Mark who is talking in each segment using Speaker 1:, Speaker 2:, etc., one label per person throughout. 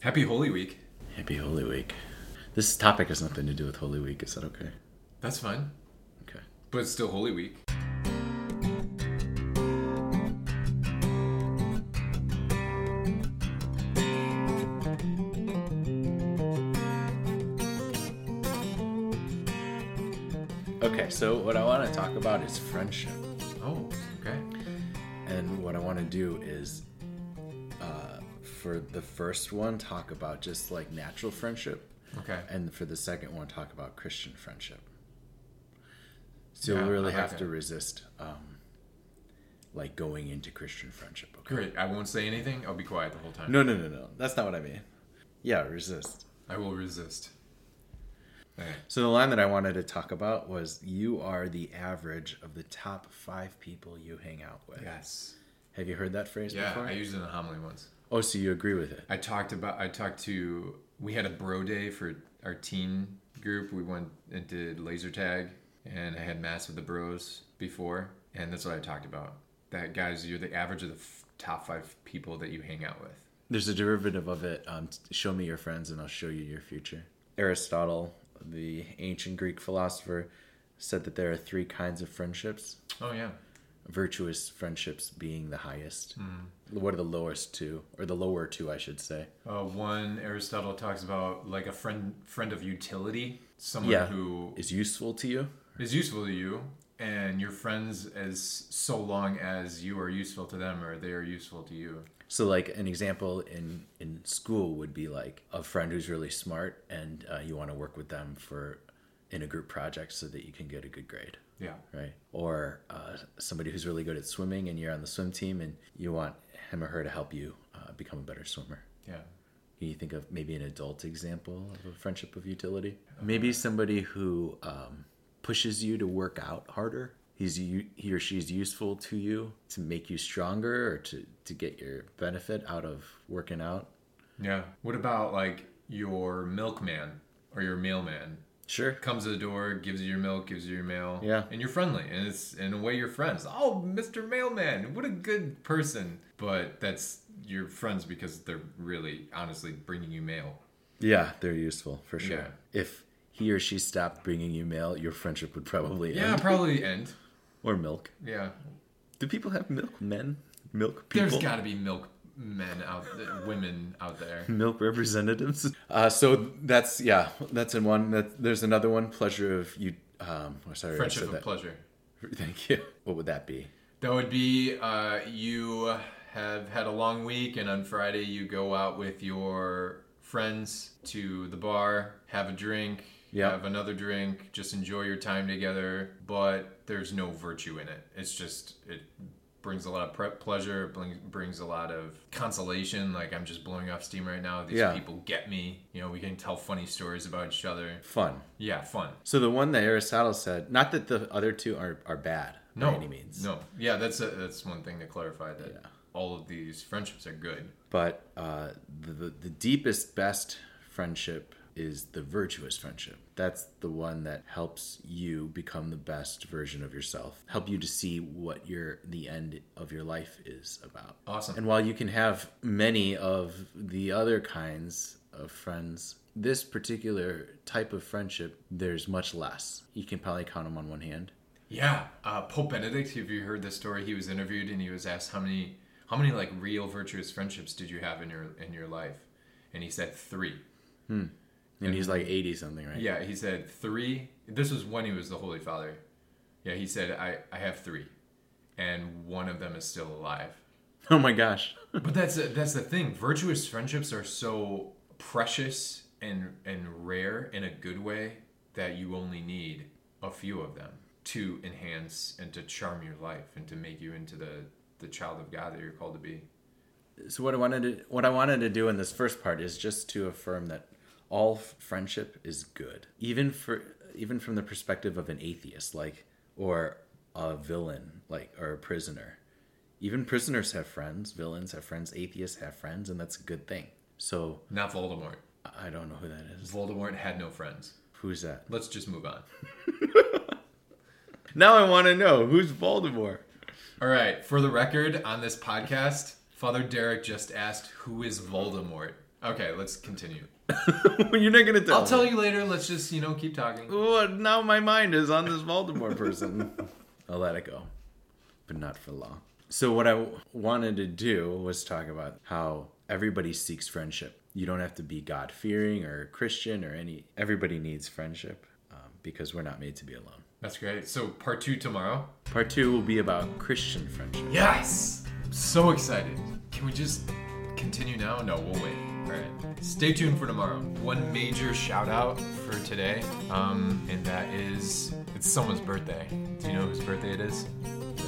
Speaker 1: Happy Holy Week.
Speaker 2: Happy Holy Week. This topic has nothing to do with Holy Week. Is that okay?
Speaker 1: That's fine.
Speaker 2: Okay.
Speaker 1: But it's still Holy Week.
Speaker 2: Okay, so what I want to talk about is friendship.
Speaker 1: Oh, okay.
Speaker 2: And what I want to do is, uh, for the first one, talk about just like natural friendship.
Speaker 1: Okay.
Speaker 2: And for the second one, talk about Christian friendship. So
Speaker 1: Yeah,
Speaker 2: we really
Speaker 1: I like
Speaker 2: have to
Speaker 1: it.
Speaker 2: resist um, like going into Christian friendship. Okay?
Speaker 1: Great. I won't say anything. I'll be quiet the whole time.
Speaker 2: No, no, no, no. That's not what I mean. Yeah, resist.
Speaker 1: I will resist. Okay.
Speaker 2: So the line that I wanted to talk about was you are the average of the top five people you hang out with.
Speaker 1: Yes.
Speaker 2: Have you heard that phrase
Speaker 1: Yeah,
Speaker 2: before?
Speaker 1: I used it in a homily once.
Speaker 2: oh, so you agree with it.
Speaker 1: I talked about. I talked to. We had a bro day for our teen group. We went and did laser tag, and I had mass with the bros before, and that's what I talked about. That guys, you're the average of the f- top five people that you hang out with.
Speaker 2: There's a derivative of it. Um, t- show me your friends and I'll show you your future. Aristotle, the ancient Greek philosopher, said that there are three kinds of friendships.
Speaker 1: Oh yeah.
Speaker 2: Virtuous friendships being the highest.
Speaker 1: Hmm.
Speaker 2: What are the lowest two, or the lower two, I should say?
Speaker 1: Uh, one Aristotle talks about like a friend friend of utility, someone
Speaker 2: Yeah.
Speaker 1: who
Speaker 2: Is useful to you?
Speaker 1: is useful to you, and your friends as so long as you are useful to them or they are useful to you.
Speaker 2: So, like an example in in school would be like a friend who's really smart, and uh, you want to work with them for in a group project so that you can get a good grade,
Speaker 1: Yeah.
Speaker 2: right? Or uh, somebody who's really good at swimming, and you're on the swim team, and you want him or her to help you uh, become a better swimmer.
Speaker 1: Yeah.
Speaker 2: Can you think of maybe an adult example of a friendship of utility? Maybe somebody who um, pushes you to work out harder. He's u- he or she's useful to you to make you stronger or to, to get your benefit out of working out.
Speaker 1: Yeah. What about like your milkman or your mailman?
Speaker 2: Sure.
Speaker 1: Comes to the door, gives you your milk, gives you your mail.
Speaker 2: Yeah.
Speaker 1: And you're friendly. And it's in a way your friends. Oh, Mr. Mailman, what a good person. But that's your friends because they're really honestly bringing you mail.
Speaker 2: Yeah, they're useful for sure.
Speaker 1: Yeah.
Speaker 2: If he or she stopped bringing you mail, your friendship would probably
Speaker 1: Yeah,
Speaker 2: end.
Speaker 1: probably end.
Speaker 2: Or milk.
Speaker 1: Yeah.
Speaker 2: Do people have milk men? Milk people?
Speaker 1: There's got to be milk men out there, women out there.
Speaker 2: milk representatives. Uh, so that's yeah, that's in one. That there's another one. Pleasure of you. Um, oh, sorry, I
Speaker 1: Friendship
Speaker 2: said
Speaker 1: of
Speaker 2: that.
Speaker 1: pleasure.
Speaker 2: Thank you. What would that be?
Speaker 1: That would be uh, you have had a long week, and on Friday you go out with your friends to the bar, have a drink,
Speaker 2: Yeah.
Speaker 1: have another drink, just enjoy your time together. But there's no virtue in it. It's just it brings a lot of pre- pleasure. It brings brings a lot of consolation. Like I'm just blowing off steam right now. These
Speaker 2: Yeah.
Speaker 1: people get me. You know, we can tell funny stories about each other.
Speaker 2: Fun.
Speaker 1: Yeah, fun.
Speaker 2: So the one that Aristotle said. Not that the other two are are bad
Speaker 1: No,
Speaker 2: by any means,
Speaker 1: No, yeah, that's a, that's one thing to clarify that all of these friendships are good.
Speaker 2: but uh, the, the the deepest best friendship is the virtuous friendship. That's the one that helps you become the best version of yourself. Help you to see what your the end of your life is about.
Speaker 1: Awesome.
Speaker 2: And while you can have many of the other kinds of friends, this particular type of friendship, there's much less. You can probably count them on one hand.
Speaker 1: yeah, uh, Pope Benedict. Have you heard this story? He was interviewed and he was asked how many how many like real virtuous friendships did you have in your in your life, and he said three.
Speaker 2: And he's like 80 something, right?
Speaker 1: Yeah, he said three. This was when he was the Holy Father. Yeah, he said I I have three, and one of them is still alive.
Speaker 2: Oh my gosh.
Speaker 1: But that's that's the thing. Virtuous friendships are so precious and and rare in a good way that you only need a few of them to enhance and to charm your life and to make you into the the child of God that you're called to be.
Speaker 2: so what I wanted to what I wanted to do in this first part is just to affirm that all f- friendship is good, even for even from the perspective of an atheist, like or a villain, like or a prisoner. Even prisoners have friends, villains have friends, atheists have friends, and that's a good thing. So
Speaker 1: Not Voldemort.
Speaker 2: I I don't know who that is.
Speaker 1: Voldemort had no friends.
Speaker 2: Who's that?
Speaker 1: Let's just move on.
Speaker 2: Now I want to know who's Voldemort.
Speaker 1: All right, for the record on this podcast, Father Derek just asked who is Voldemort. Okay, let's continue.
Speaker 2: You're not gonna tell.
Speaker 1: I'll tell you later. Let's just, you know, keep talking.
Speaker 2: What? Now my mind is on this Voldemort person. I'll let it go, but not for long. So what I w- wanted to do was talk about how everybody seeks friendship. You don't have to be God fearing or Christian or any. Everybody needs friendship um, because we're not made to be alone.
Speaker 1: That's great. So, part two tomorrow.
Speaker 2: Part two will be about Christian friendship.
Speaker 1: Yes! I'm so excited. Can we just continue now? No, we'll wait. All right. Stay tuned for tomorrow. One major shout out for today, um, and that is it's someone's birthday. Do you know whose birthday it is?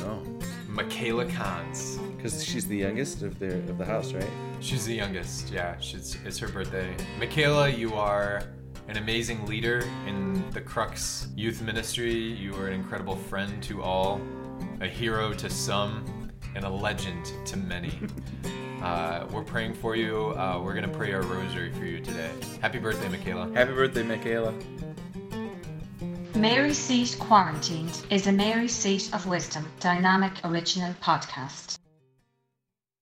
Speaker 2: No,
Speaker 1: Michaela Kahn's.
Speaker 2: because she's the youngest of the of the house, right?
Speaker 1: She's the youngest. Yeah, she's, it's her birthday. Michaela, you are an amazing leader in the Crux Youth Ministry. You are an incredible friend to all, a hero to some, and a legend to many. uh, we're praying for you. Uh, we're gonna pray our rosary for you today. Happy birthday, Michaela.
Speaker 2: Happy birthday, Michaela.
Speaker 3: Mary Seat Quarantined is a Mary Seat of Wisdom dynamic original podcast.